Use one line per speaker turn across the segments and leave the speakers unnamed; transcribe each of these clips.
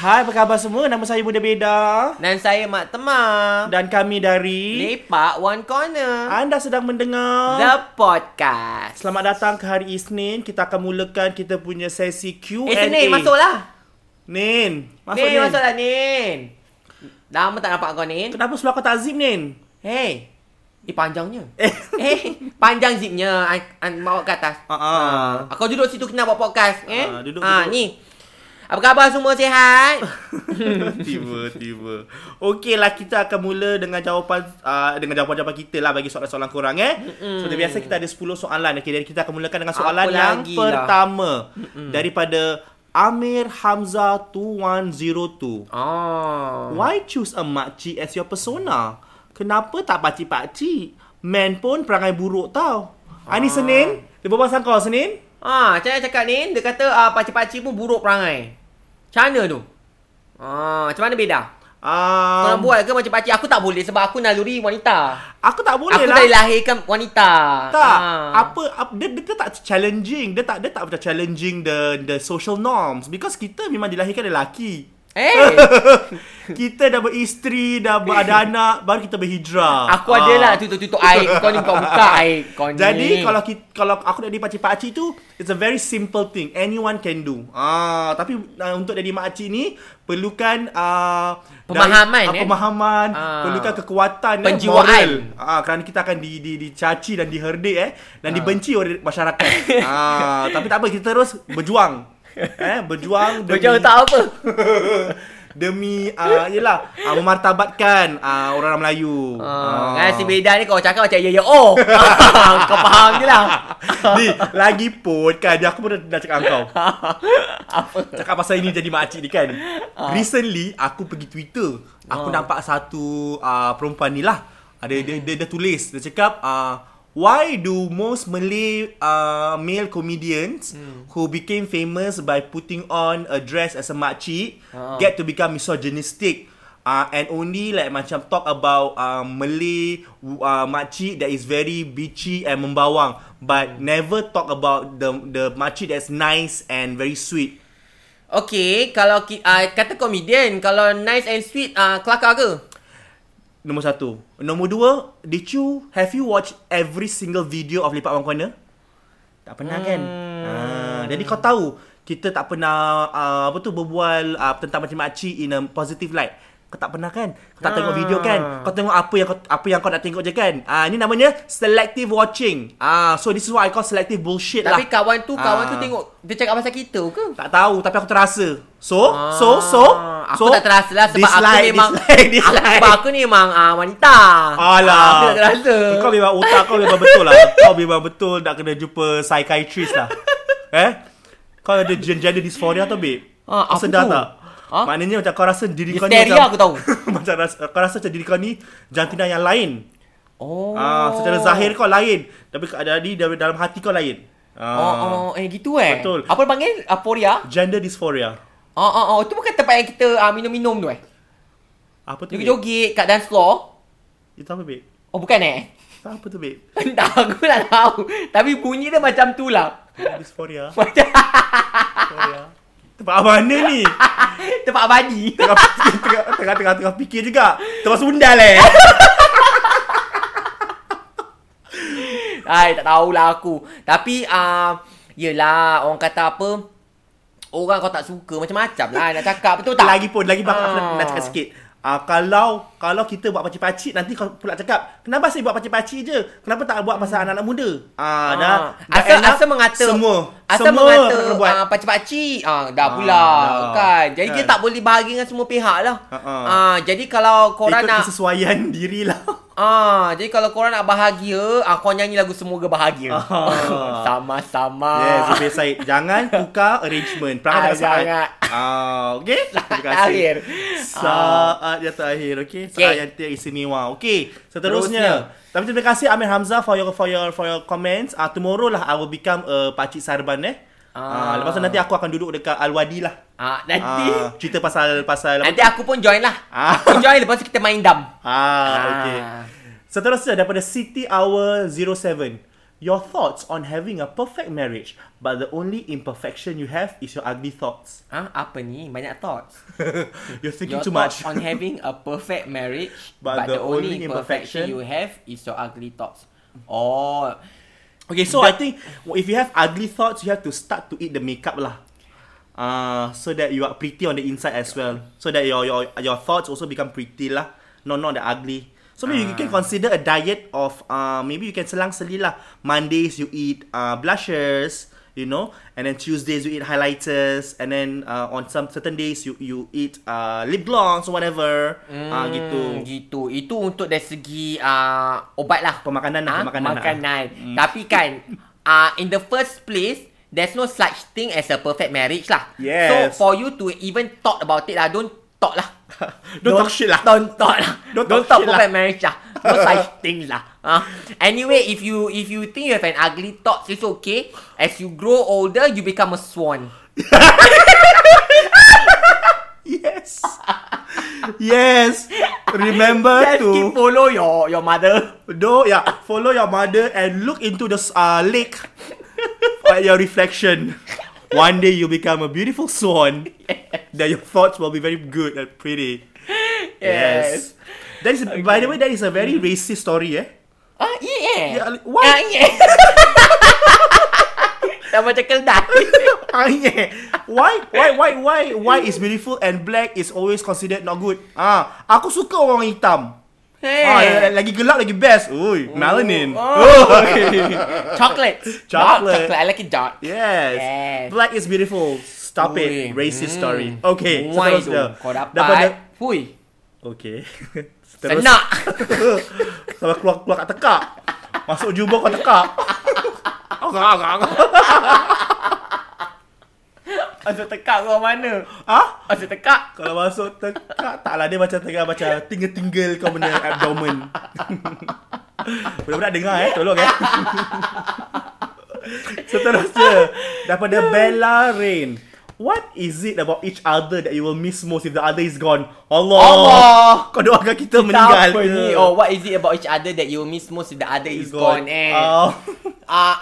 Hai, apa khabar semua? Nama saya Bunda Beda
Dan saya Mak Temam.
dan kami dari
Lepak One Corner.
anda sedang mendengar
The Podcast.
Selamat datang ke hari Isnin. Kita akan mulakan kita punya sesi Q&A.
Eh, Senin masuklah.
Nin, masuk
Masuk Nin,
Nin.
masuklah Nin. Lama tak nampak kau Nin.
Kenapa seluar kau tak zip, Nin?
Hey. Eh, panjangnya.
Eh.
eh, panjang zipnya. An, an, bawa ke atas.
Ha ah.
Ah, Kau duduk situ kena buat podcast. Eh?
Ah, duduk,
Ah,
duduk.
ni. Apa khabar semua sihat?
Tiba-tiba. Okeylah kita akan mula dengan jawapan uh, dengan jawapan-jawapan kita lah bagi soalan-soalan korang eh. Mm-mm. Seperti biasa kita ada 10 soalan. Okey, jadi kita akan mulakan dengan soalan
Apa
yang
lagi lah.
pertama daripada Amir Hamzah 2102.
oh.
Why choose a makcik as your persona? Kenapa tak pakcik-pakcik? Man pun perangai buruk tau. Ah. Ani Senin, dia berbual kau Senin.
Ah, macam mana cakap Nin? Dia kata ah, pakcik-pakcik pun buruk perangai. Macam mana tu? Ah, macam mana beda? Kau
Um,
nak buat ke macam pakcik? Aku tak boleh sebab aku naluri wanita.
Aku tak boleh
aku
lah.
dah dilahirkan wanita.
Tak.
Ah.
Apa, apa dia, dia, dia tak challenging. Dia tak dia tak macam challenging the the social norms because kita memang dilahirkan lelaki.
Eh,
kita dah beristeri, dah ber- ada anak, baru kita berhijrah.
aku ada lah tutup-tutup air. Kau ni buka-buka air. Kau ni.
Jadi kalau kita, kalau aku nak jadi pakcik pakcik tu it's a very simple thing anyone can do. Ah tapi uh, untuk jadi makcik ni perlukan uh,
Pemahaman,
dari,
eh?
uh, pemahaman,
Ah.
perlukan kekuatan eh,
Penjiwaan.
moral. Ah kerana kita akan di, di dicaci dan diherdik eh
Ah.
dan dibenci oleh masyarakat. ah tapi tak apa kita terus berjuang. Eh berjuang demi
Berjuang tak apa.
demi uh, yelah uh, memartabatkan uh, orang Melayu.
Ah, Kan si beda ni kau cakap macam ya ya oh. kau faham je lah.
Di, lagi pun kan dia aku pun dah, dah cakap dengan kau. Cakap pasal ini jadi makcik ni kan. Recently aku pergi Twitter, aku nampak satu uh, perempuan ni lah. Ada dia, dia dia tulis, dia cakap uh, why do most Malay uh, male comedians who became famous by putting on a dress as a makcik
Ah.
get to become misogynistic? Uh, and only like macam talk about uh, Malay uh, makcik that is very bitchy and membawang but never talk about the the makcik that's nice and very sweet.
Okay, kalau ki- ah, kata komedian, kalau nice and sweet, ah, kelakar ke?
Nombor satu. Nombor dua, did you, have you watched every single video of Lipat One Corner? Tak pernah hmm. kan? Ah, jadi kau tahu, kita tak pernah ah, apa tu berbual ah, tentang macam-macam in a positive light. Kau tak pernah kan? Kau tak
Ah.
tengok video kan? Kau tengok apa yang kau apa yang kau nak tengok je kan? Ah ini namanya selective watching. Ah so this is what I call selective bullshit lah.
Tapi kawan tu,
Ah.
kawan tu tengok, dia cakap pasal kita ke?
Tak tahu tapi aku terasa. So, so, so,
Aku
so,
tak terasa lah sebab
dislike,
aku memang
dislike, dislike.
Aku, sebab aku ni memang ah, wanita Ah,
Alah.
Aku tak terasa
Kau memang otak kau memang betul lah. Kau memang betul nak kena jumpa psychiatrist lah. Eh? Kau ada gen- gender dysphoria tau, babe?
Ah,
kau
apa
sedar
tu?
tak?
Ah?
Maknanya macam kau rasa diri kau ni macam,
Hysteria aku tahu.
macam rasa, kau rasa macam diri kau ni jantina yang lain.
oh.
Ah, secara zahir kau lain, tapi keadaan ni dalam, dalam hati kau lain. Ah.
Oh, oh, eh gitu eh.
Betul.
Apa dia panggil? Aporia?
Gender dysphoria.
Oh, oh, oh. Itu bukan tempat yang kita ah, minum-minum tu eh.
Apa tu? babe?
Joget-joget kat dance floor.
Itu apa, babe?
Oh, bukan eh.
Itu apa tu, babe?
Entah aku tak tahu. Tapi bunyi dia macam tu lah.
Gender dysphoria.
Macam
Dysphoria. Tempat Ah, mana ni?
tempat abadi.
tengah fikir, tengah, tengah, tengah, tengah fikir juga. Termasuk undal eh.
Ai, tak tahulah aku. Tapi, ah, yelah, orang kata apa, orang kau tak suka macam-macam lah nak cakap. Betul tak?
Lagi pun, lagi bang, aku nak,
Ah.
nak cakap sikit. Ah kalau kalau kita buat pacik-pacik nanti kau pula cakap kenapa saya buat pacik-pacik je? Kenapa tak buat pasal anak-anak muda? Ah dah. dah
Hmm. Asal,
end up,
asal mengata
semua
Asal
semua
mengata
kena buat.
buat. Uh, pakcik-pakcik ah, Dah
Ah,
pula
dah.
Kan Jadi dia
Kan.
tak boleh bahagia dengan semua pihak lah
Ha, ha.
Ah, Jadi kalau korang
ikut
nak
kesesuaian lah. dirilah.
ah, Jadi kalau korang nak bahagia ah, Korang nyanyi lagu Semoga Bahagia
Ah.
Sama-sama
Yes, Zubir Said. Jangan tukar arrangement. Perangai
Ah,
tak saat.
jangan.
Ah, okay? Terima
terakhir.
Saat yang terakhir, okay? Saat
Okay.
yang teristimewa. Okay, seterusnya. Tapi terima kasih Amir Hamzah for your for your for your comments. Ah, tomorrow lah I will become a pakcik sarban eh. Ah.
Ah.
lepas tu nanti aku akan duduk dekat Al-Wadi lah.
ah, Nanti
Ah, cerita pasal pasal
Nanti aku pun join lah
Ah.
Aku join lepas tu kita main dam
Ah, okay. Seterusnya daripada City Hour 07. Your thoughts on having a perfect marriage, but the only imperfection you have is your ugly thoughts.
Ah, apa ni? Banyak thoughts.
You're thinking too
your
much.
thoughts on having a perfect marriage, but, the, only imperfection you have is your ugly thoughts. Oh,
Okay, so I think if you have ugly thoughts, you have to start to eat the makeup lah. Uh, so that you are pretty on the inside as well. So that your your your thoughts also become pretty lah. No, not the ugly. So maybe you
Ah.
can consider a diet of uh, maybe you can selang seli lah. Mondays you eat uh, blushers, you know, and then Tuesdays you eat highlighters, and then uh, on some certain days you you eat uh, lip gloss or whatever. Ah
hmm,
gitu.
gitu. Itu untuk dari segi uh, obat lah.
Pemakanan lah,
Ah,
pemakanan lah.
Makanan. Tapi kan, uh, in the first place, there's no such thing as a perfect marriage lah. So,
Yes.
for you to even talk about it lah, don't talk lah.
Don't talk shit lah.
Don't talk lah.
Don't
Don't,
talk
talk
shit lah.
perfect marriage lah. No such thing lah. Ah, anyway, if you if you think you have an ugly thoughts, it's okay. As you grow older, you become a swan.
Yes. yes. Remember
Just
to
keep follow your your mother.
Do yeah, follow your mother and look into the s- uh, lake at your reflection. One day you become a beautiful swan. Then your thoughts will be very good and pretty. Yes.
Yes.
That is by the way that is a very racist story eh.
Ah, yeah.
Yeah, like, what?
Ah, yeah. Dah macam keldai.
Ah, yeah. why why why why why is beautiful and black is always considered not good? Ah, aku suka orang hitam.
Hey.
Ah, lagi gelap lagi best. Ui, melanin.
Eh. Oh. Chocolate. Dark
Chocolate.
chocolate. I like it dark.
Yes.
Yes.
Black is beautiful. Stop
Ui.
it. Racist story. Okay.
Muai tu.
seterusnya.
Kau
Daripada-
dapat. Hui.
Okay. Terus.
Senak.
Sampai keluar-keluar kat tekak. Masuk jubah kau tekak. Agak, agak, agak.
Asal tekak kau mana?
Ah?
Asal tekak.
Kalau masuk tekak, taklah dia macam tengah macam tinggal-tinggal kau punya abdomen. Budak-budak dengar eh, tolong eh. Seterusnya, daripada Bella Rain. What is it about each other that you will miss most if the other is gone? Allah.
Allah.
Kau doakan kita, Oh. meninggal.
Meninggal. Apa
ke?
Oh. ni? Oh, what is it about each other that you miss most if the other is gone? Eh.
Oh.
Ah,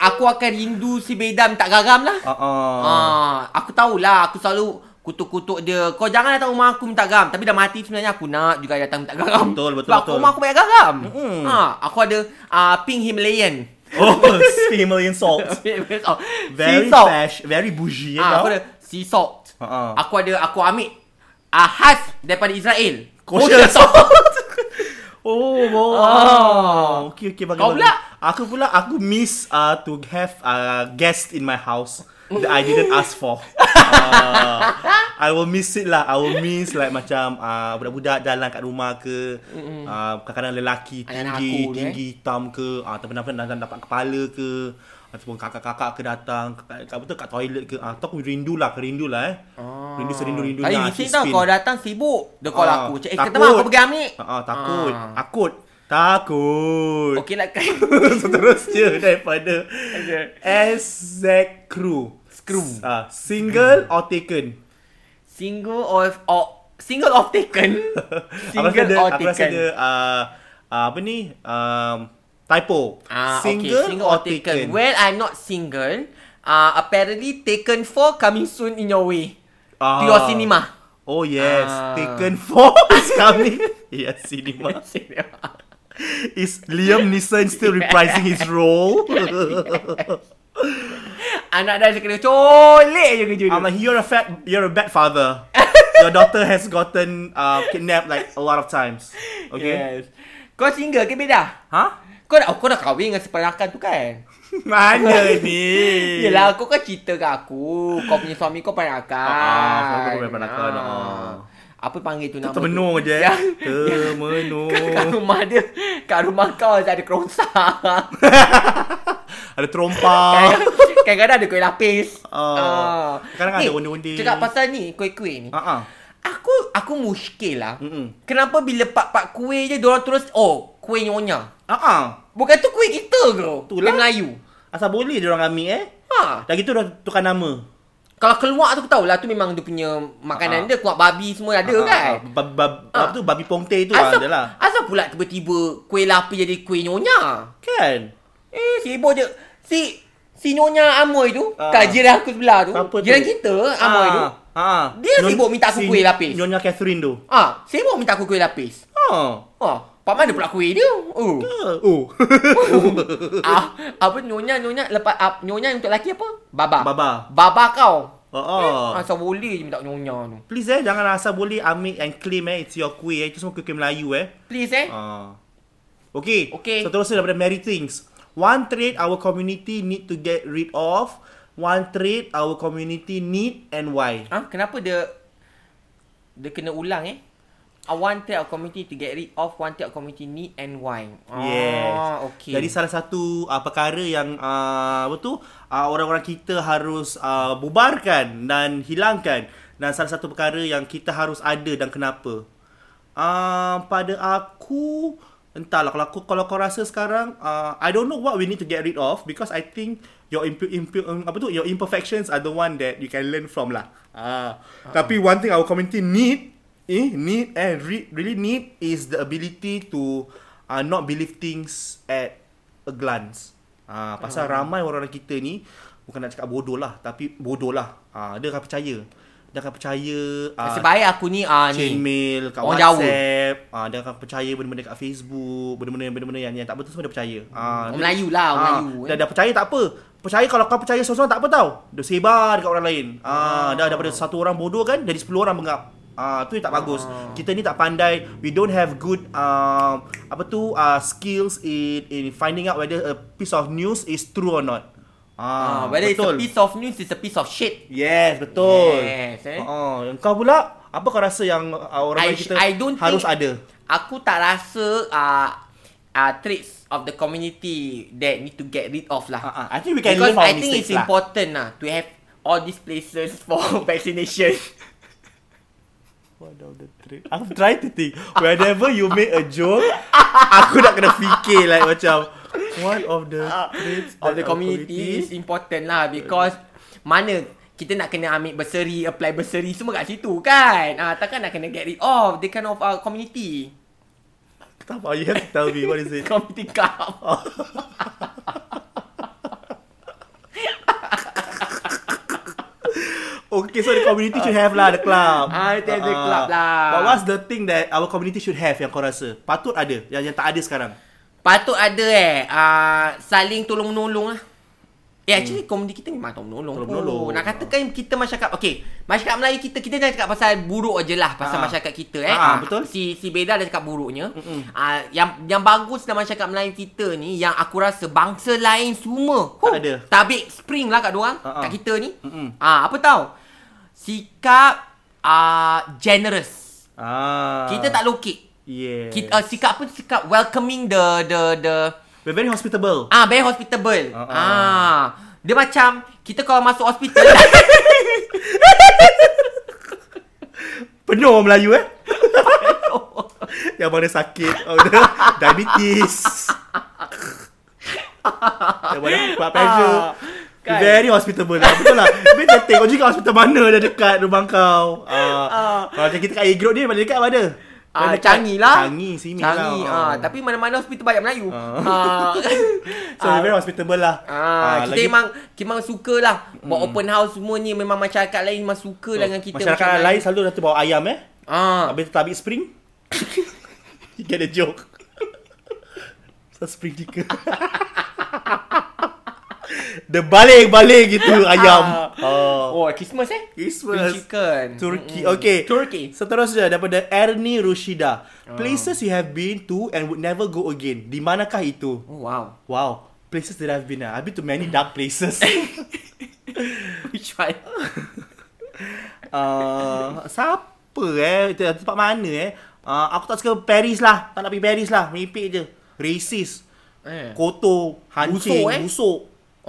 aku akan rindu si Bedam tak garam lah.
Ah. ah.
Ah, aku tahulah aku selalu kutuk-kutuk dia. Kau jangan datang rumah aku minta garam. Tapi dah mati sebenarnya aku nak juga datang minta garam.
Betul, betul,
Sebab
betul.
rumah aku banyak garam.
Mm-mm.
Ha, aku ada uh, pink Himalayan.
Oh, Himalayan salt. Very Ah.
Very salt.
fash, very bougie. Uh-uh.
Ah,
Ah,
aku ada sea salt.
Ha-ha.
Aku ada aku ambil uh, khas daripada Israel.
Kosher
salt.
Oh, wow.
Ah.
Okay, okay, bagus.
Kau
bagus.
pula?
Aku pula, aku miss uh, to have a uh, guest in my house that I didn't ask for. uh, I will miss it lah. I will miss like macam uh, budak-budak jalan kat rumah ke, uh, kadang-kadang lelaki
Anak-anak
tinggi,
aku tu, eh.
tinggi hitam ke, uh, ataupun pernah datang dapat kepala ke, ataupun kakak-kakak ke datang, kat, kat, betul kat toilet ke. Uh, aku rindulah, aku rindulah eh. Rindu lah, serindu-rindu
Ah. Tapi bising tau kau datang sibuk. Dia call
Ah,
aku. Cik, eh,
takut.
kata mak aku pergi ambil.
Ah, ah, takut.
Ah.
Takut. Takut.
Okey lah kan.
Seterusnya daripada SZ Crew.
Screw.
Ah, single or taken?
Single or, or single of taken.
Aku rasa
Single
dia-
or
Aku rasa dia
taken.
ah, ah, apa ni? Um, typo.
Ah, single, okay, single or taken. Well, I'm not single. Uh, apparently taken 4 coming soon in your way.
Ah.
To your cinema.
Oh yes,
Ah.
taken for is coming. yes, cinema.
cinema.
Is Liam Neeson still reprising his role?
Anak Ah, dah kena colek je kerja dia.
I'm like, you're a fat, you're a bad father. Your daughter has gotten uh, kidnapped like a lot of times. Okay.
Yes. Kau single ke beda?
Huh?
Kau dah, kau dah kahwin dengan seperakan tu kan?
Mana ni?
Yelah, kau kan cerita kat aku. Kau punya suami kau panakan.
Ah, suami aku pun peranakan, ah.
Apa panggil tu nama
Termenung
tu?
je. eh.
Yang-
Termenung.
Kat rumah dia, kat rumah kau ada kerongsang.
Ada terompa.
Kadang-kadang ada kuih lapis.
Ah.
Ah.
Kadang-kadang ada
Eh,
undi-undi.
Cakap pasal ni, kuih-kuih ni.
Ah ah.
Aku aku muskil lah.
Mm-mm.
Kenapa bila pak-pak kuih je, diorang terus, oh, kuih nyonya.
Ah ah.
Bukan tu kuih kita ke?
Itulah.
Kuih Melayu.
Asal boleh dia orang ambil eh?
Ha.
Dah gitu dah tukar nama.
Kalau keluar tu aku tahulah tu memang dia punya
Ah.
makanan dia kuah babi semua ada
Ah, ah,
kan.
ah. Bab, bab, apa tu babi pongte tu
Asal,
ada lah.
asal pula tiba-tiba kuih lapis jadi kuih nyonya?
Kan?
Eh, sibuk je. Si si Nyonya Amoy tu,
Ah.
uh, kat jiran aku sebelah tu,
Apa tu?
jiran kita Amoy Ah, tu.
Ha.
Dia sibuk minta aku kuih lapis.
Nyonya Catherine tu.
Ah, sibuk minta aku kuih lapis.
Ha.
Oh, pak mana pula kuih dia? Oh.
Oh.
ah, apa nyonya nyonya lepas ah, nyonya untuk lelaki apa? Baba.
Baba.
Baba kau.
Oh.
Oh.
oh.
Ah, so boleh je minta nyonya tu.
Please eh, jangan rasa boleh ambil and claim eh, it's your kuih eh. Itu semua kuih-kuih Melayu eh.
Please eh.
Ah. Okay.
Okay.
Seterusnya daripada Mary Things. One trait our community need to get rid of. One trait our community need and why.
Ah, kenapa dia dia kena ulang eh? I want our community to get rid of one our community need and why. Ah,
Yes.
okay.
Jadi salah satu uh, perkara yang uh, apa tu uh, orang-orang kita harus uh, bubarkan dan hilangkan dan salah satu perkara yang kita harus ada dan kenapa. Uh, pada aku entahlah kalau aku kalau kau rasa sekarang uh, I don't know what we need to get rid of because I think your imp- imp- um, apa tu your imperfections are the one that you can learn from lah. Ah. Uh, tapi one thing our community need eh need and re- really need is the ability to uh, not believe things at a glance. Ah uh, pasal uh.
Hmm.
ramai orang kita ni bukan nak cakap bodoh lah tapi bodoh lah. Ah uh, dia akan percaya. Dia akan percaya ah,
Nasib baik aku ni ah
chain
ni.
mail kat
Orang Jawa.
WhatsApp ah dia akan percaya benda-benda kat Facebook benda-benda yang benda-benda yang, yang tak betul semua dia percaya ah
Orang Melayu lah, orang Melayu, eh.
dah, dah percaya tak apa percaya kalau kau percaya seorang-seorang tak apa tau dia sebar dekat orang lain ah dah daripada satu orang bodoh kan jadi 10 orang bengap Ah tu yang tak bagus. Kita ni tak pandai. We don't have good um, apa tu uh, skills in in finding out whether a piece of news is true or not. Ah,
Ah, whether
betul.
it's a piece of news, it's a piece of shit.
Yes, betul.
Yes, eh.
Oh, yang kau pula apa kau rasa yang uh, orang baik
I sh-
kita
I don't
harus
think-
ada?
Aku tak rasa ah ah traits of the community that need to get rid of lah.
Uh, I think we can learn
Because
from
I
our
think
mistakes
it's
lah.
important lah to have all these places for vaccination.
What are the trait? I'm trying to think. Whenever you make a joke, aku nak kena fikir like macam one of the traits
of
that
the
our
community is important lah because mana kita nak kena ambil bursary, apply bursary semua kat situ kan. Ah takkan nak kena get rid of the kind of uh, community.
Tak apa, you have to tell me what is it?
Community club.
Okay, so the community should have lah the club.
Ah, it has the
Ah,
club lah.
But what's the thing that our community should have yang kau rasa? Patut ada, yang yang tak ada sekarang.
Patut ada eh uh, saling tolong menolong lah. Eh actually hmm. komedi kita memang tolong menolong. Oh,
Tolong menolong.
Nak katakan kita masyarakat okey, masyarakat Melayu kita kita jangan cakap pasal buruk aje lah pasal
Ah.
ha. masyarakat kita eh.
Ah,
Ah,
betul.
Si si Beda dah cakap buruknya. Ah yang yang bagus dalam masyarakat Melayu kita ni yang aku rasa bangsa lain semua.
Tak ada.
Tabik spring lah kat diorang,
Ah, ah.
kat kita ni.
Mm-mm.
Ah apa tahu? Sikap uh, generous.
Ah.
Kita tak low kick.
Yeah.
Kita, uh, sikap apa sikap welcoming the the the
We're very hospitable.
Ah, very hospitable.
Ah,
Uh-uh.
ah.
Ah. Dia macam kita kalau masuk hospital
Penuh orang Melayu eh Yang mana sakit oh, dia Diabetes Yang mana blood pressure
Ah, kan.
Very hospitable lah Betul lah Tapi kau tengok juga hospital mana Dia dekat rumah kau uh, Kalau macam kita kat A-Group ni Mana dekat mana Mana
Ah,
dekat?
canggih lah.
Changi sini
Changi.
lah
Ah, tapi mana-mana hospital banyak Melayu.
Ah.
Ah.
So we're very hospitable lah
Ah, kita
lagi- Hmm.
memang kita memang suka lah Buat open house semua ni Memang masyarakat lain memang suka lah dengan kita
Oh, Masyarakat
macam
lain selalu dah tu bawa ayam eh
ah.
Habis tabik spring You get the joke So spring chicken Dia balik-balik gitu ayam Ah. oh.
Oh Christmas eh
Christmas
Spring chicken
Turkey
Mm-mm.
Okay
Turkey
Seterusnya daripada Ernie Rushida
Oh.
Places you have been to and would never go again Di manakah itu?
Oh wow
Wow Places that I've been I've been to many dark places
Which one
Uh, siapa eh? Itu Tempat mana eh? Uh, aku tak suka Paris lah. Tak nak pergi Paris lah. Meripik je. Racist.
eh.
Kotor. Hancing.
Busuk,
Busuk. Eh?
eh?
busuk.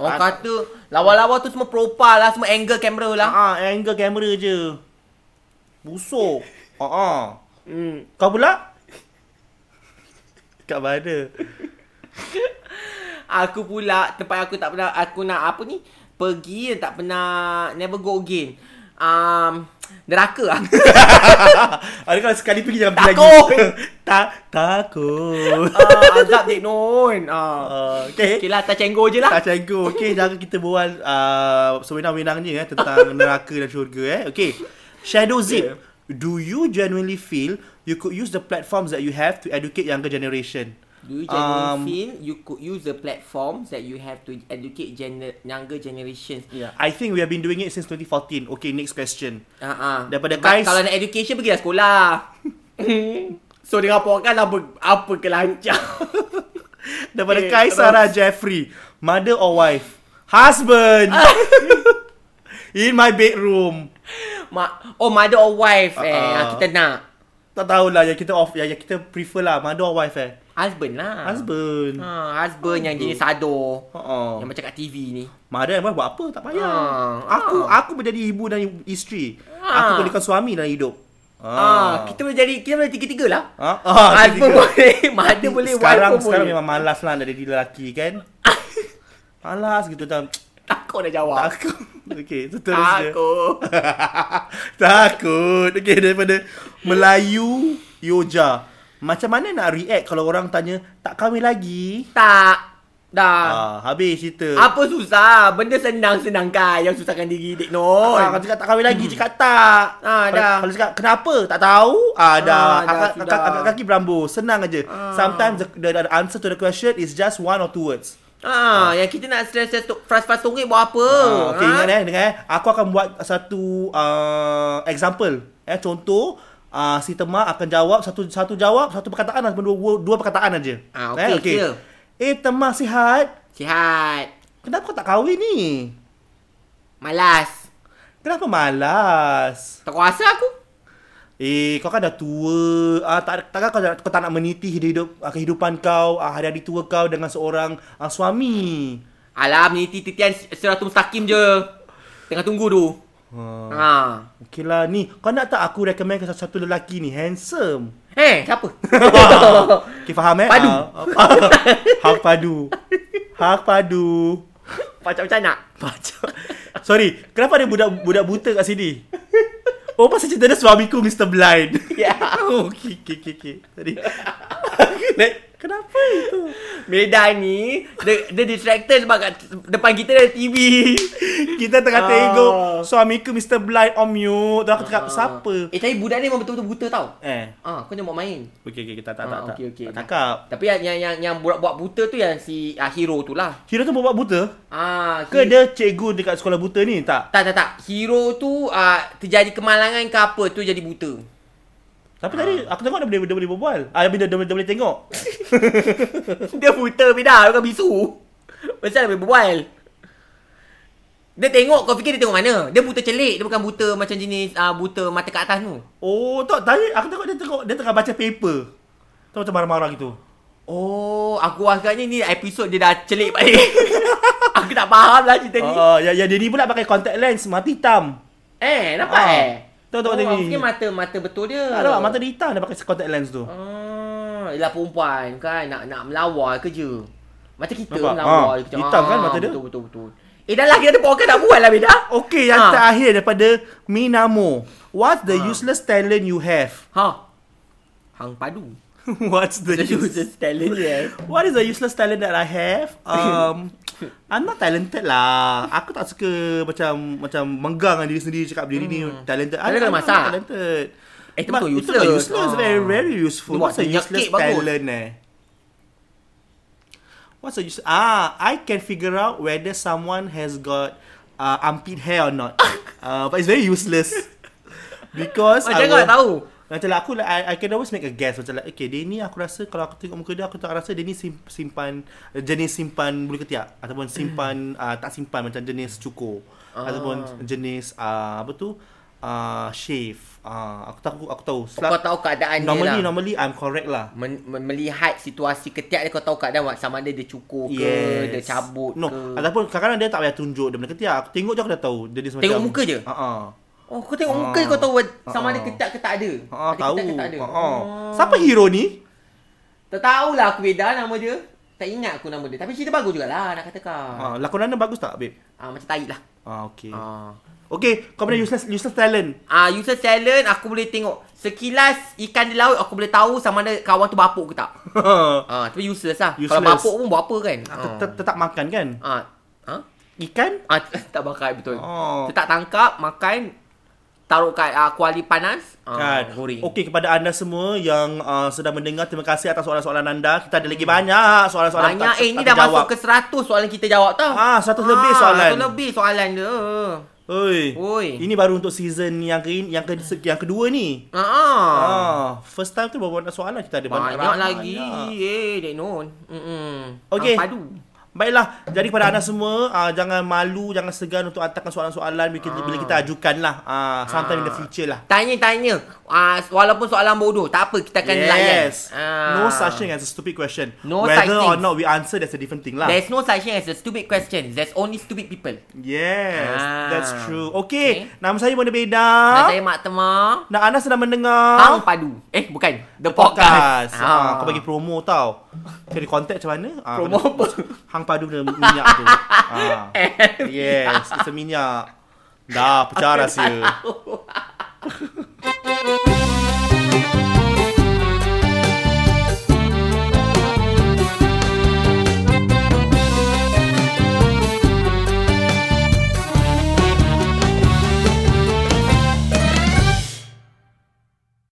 Ah,
Orang kata Lawa-lawa tu semua propa lah Semua angle kamera lah
Ah, uh, angle kamera je. Busuk. Ah, uh-uh.
Hmm.
kau pula? Kat mana?
Aku pula tempat aku tak pernah aku nak apa ni? Pergi dan tak pernah never go again. um, neraka lah.
Ada kalau sekali pergi jangan pergi
Takut.
lagi. Ta takut.
uh, azab dek nun. Uh.
Uh, okay.
Okay lah, tak cenggo je lah.
Tak cikgu. Okay, jangan kita bual uh, sewenang-wenang je eh, tentang neraka dan syurga eh. Okay. Shadow Zip. Do you genuinely feel you could use the platforms that you have to educate younger generation?
Do you generally um, feel you could use the platforms that you have to educate gener- younger generations?
Yeah. I think we have been doing it since 2014. Okay, next question.
Uh-huh.
Daripada
Sebab
Kais-
Kalau nak education, pergilah sekolah. so, dia raporkan apa, apa kelancar.
Daripada okay,
Okay,
Kai
terus.
Sarah Jeffrey. Mother or wife? Husband! In my bedroom.
Ma- oh, mother or wife uh-uh. eh.
Uh-uh.
Ah, Kita nak.
Tak tahulah yang kita off, yang, yang kita prefer lah. Mother or wife eh?
Husband lah.
Husband.
Ha, husband yang jenis sado.
Uh-uh.
Yang macam kat TV ni.
Mother and wife buat apa? Tak payah.
Ah,
Aku
ah.
aku menjadi ibu dan ibu- isteri.
Ah.
Aku jadikan suami dalam hidup.
Ah, kita boleh jadi kita boleh tiga-tiga lah.
Ah, ah,
husband
tiga.
boleh, mother boleh,
sekarang
wife pun
sekarang
boleh.
memang malas lah nak jadi lelaki kan. malas gitu macam
Takut nak jawab.
takut. Okey, seterusnya.
Takut.
Takut. Okey, daripada Melayu Yoja. Macam mana nak react kalau orang tanya tak kahwin lagi?
tak. Dah.
Ah, habis cerita.
Apa susah? Benda senang-senangkan yang susahkan diri Dek Nun.
Ah, kalau cakap tak kahwin lagi, cakap tak.
Ah,
kalau,
dah.
Kalau cakap kenapa, tak tahu. Ah, dah. Ah.
Ah, dah,
angkat,
sudah.
angkat, angkat kaki berambur. Senang aja. Sometimes the, the, the answer to the question is just one or two words.
Ah, yang kita nak stress-stress tu, fras-fras tongik buat apa?
Ah, okay,
Ha?
ingat eh, dengar eh. Aku akan buat satu uh, example. Eh, contoh, uh, si Tema akan jawab satu satu jawab, satu perkataan atau dua, dua perkataan aja.
Ah, okey, clear.
Eh, Tema sihat.
Sihat.
Kenapa kau tak kahwin ni?
Malas.
Kenapa malas?
Tak kuasa aku.
Eh, kau kan dah tua. Ah, tak, takkan kau, kau tak nak meniti hidup, ah, kehidupan kau, ah, hari-hari tua kau dengan seorang ah, suami.
Alah, meniti titian seratus mustaqim je. Tengah tunggu tu.
Ha.
Ha.
Okay lah, ni. Kau nak tak aku recommend ke satu-satu lelaki ni? Handsome.
Eh, siapa?
Okay, faham eh?
Padu.
Ah, ah, hak padu. Hak padu.
Macam-macam nak.
Macam. Sorry, kenapa ada budak budak buta kat sini? Oh, pasal cerita dia suamiku Mr. Blind.
Ya.
Oh, okay, okay, okay, okay. Sorry. Kenapa itu?
Meda ni dia, dia distracted sebab kat depan kita ada TV.
Kita tengah
Ah.
uh. tengok suamiku Mr. Blind on mute. Tu aku cakap siapa?
Eh tapi budak ni memang betul-betul buta tau.
Eh.
Ah, kau jangan buat main.
Okey okey tak tak tak.
Ah,
tak.
okey, okey.
Tak cakap.
Tapi yang yang yang, yang buat, buat buta tu yang si ah, hero tu lah.
Hero tu buat buta?
Ah,
Ke
he-
dia cikgu dekat sekolah buta ni? Tak.
tak tak tak. Hero tu ah, terjadi kemalangan ke apa tu jadi buta.
Tapi tadi
Ah.
aku tengok dia boleh dia boleh berbual. Ah dia, dia, dia, boleh- dia boleh tengok.
dia buta beda bukan bisu. Macam dia berbual. Dia tengok kau fikir dia tengok mana? Dia buta celik, dia bukan buta macam jenis ah, buta mata ke atas tu.
Oh, tak tadi aku tengok dia tengok dia tengah baca paper. Tu macam marah-marah gitu.
Oh, aku agaknya ni episod dia dah celik balik. aku tak faham lah cerita ni.
Oh, uh, ya ya dia ni pula pakai contact lens mati hitam.
Eh, nampak
Ah.
eh?
Tahu tak
oh,
mata
aku
ni?
fikir mata mata betul dia.
Tak ada mata dia hitam dia pakai contact lens tu.
Ah, ialah perempuan kan nak nak melawa kerja. Macam kita
Nampak?
melawa
Ah,
kerja.
hitam kan mata dia? Oh.
Betul betul betul. Eh dah lah kita ada podcast nak buat lah beda.
Okey, yang
Ah.
terakhir daripada Minamo. What's the
Ah.
useless talent you have?
Ha. Hang padu.
What's the useless
talent dia.
What is the useless talent that I have? Um, I'm not talented lah. Aku tak suka macam macam menggang dengan diri sendiri cakap diri ni talented.
Tapi Hmm. kena
I'm not
masak.
talented.
Eh, tu
But
betul
Itu lah
useless.
useless.
Ah.
Very, very useful.
Dia buat
What's a
minyak
useless
cake bagus.
talent eh? What's a useless? Ah, I can figure out whether someone has got uh, armpit hair or not. uh, but it's very useless. Because
Macam
I
kau
will-
tak tahu.
macam lah aku like, I, I can always make a guess Macam like Okay dia ni aku rasa Kalau aku tengok muka dia Aku tak rasa dia ni sim, simpan Jenis simpan bulu ketiak Ataupun simpan uh, Tak simpan Macam jenis cukur
Hmm. Ah.
Ataupun jenis uh, Apa tu uh, Shave uh, Aku tahu Aku tahu
Kau
Selab,
tahu keadaan
Normally
dia lah.
normally I'm correct lah
Men, men, melihat situasi ketiak dia kau tahu keadaan what, sama ada dia cukur ke,
Yes
dia cabut
no.
ke.
Ataupun kadang-kadang dia tak payah tunjuk Dia benda ketiak Aku tengok je aku dah tahu Jenis
Tengok muka je?
uh-uh.
Oh, kau tengok
Ah.
muka kau tahu
Ah.
sama ada ketiak ke tak ada.
Uh,
Ada Oh. Ah.
tahu ah.
ketiak ke tak ada.
uh-uh. Siapa hero ni?
Tak tahulah aku beda nama dia. Tak ingat aku nama dia. Tapi cerita bagus jugalah nak kata kau.
Ah, lakonan dia bagus tak, babe?
Ah, macam tahi lah.
Ah, okay.
Ah.
Okay, kau
Hmm.
punya useless, useless talent.
Ah, user talent aku boleh tengok sekilas ikan di laut aku boleh tahu sama ada kawan tu bapuk ke tak. Ah, tapi useless lah. Kalau
Useless.
bapuk pun buat apa kan?
Aku tet- tetap makan kan?
Ah. Ah.
Ikan?
Ah, tak makan betul.
Oh.
Tetak tangkap, makan, taruh kat uh, kuali panas, ah,
Kan.
goreng.
Okey kepada anda semua yang uh, sedang mendengar terima kasih atas soalan-soalan anda. Kita ada lagi banyak soalan-soalan
Banyak,
tak-
eh ni
tak
dah
terjawab.
masuk ke 100 soalan kita jawab tau.
Ah, 100 lebih soalan.
100 lebih soalan dia.
Oi.
Oi.
Ini baru untuk season yang ke, yang ke, yang kedua ni.
Ha ah.
Ah, first time tu baru Ah, banyak soalan kita ada
Banyak,
ramai
lagi.
lah.
Eh, Dek Nun. Mm-mm.
Okey.
Ah, padu.
Baiklah, jadi kepada anda semua uh, jangan malu, jangan segan untuk hantarkan soalan-soalan bila kita, bila
Ah.
kita ajukan lah uh, sometime in the future lah.
Tanya-tanya. Ah, walaupun soalan bodoh, tak apa kita akan layan. Ah.
yes. No such thing as a stupid question.
No such
Whether or
things.
not we answer that's a different thing lah.
There's no such thing as a stupid question. There's only stupid people.
Yes,
Ah.
that's true. Okay,
Okay.
nama saya Mona Beda.
Nah, saya Mak Temar.
Dan anda sedang mendengar
Hang Padu. Eh, bukan. The, podcast.
Ha. Ah. Kau bagi promo tau. Kena contact macam mana? Ah,
Promo
kena-
apa?
Hang padu dengan minyak tu. ah. Yes, it's a minyak. Dah, pecah rahsia.
tahu.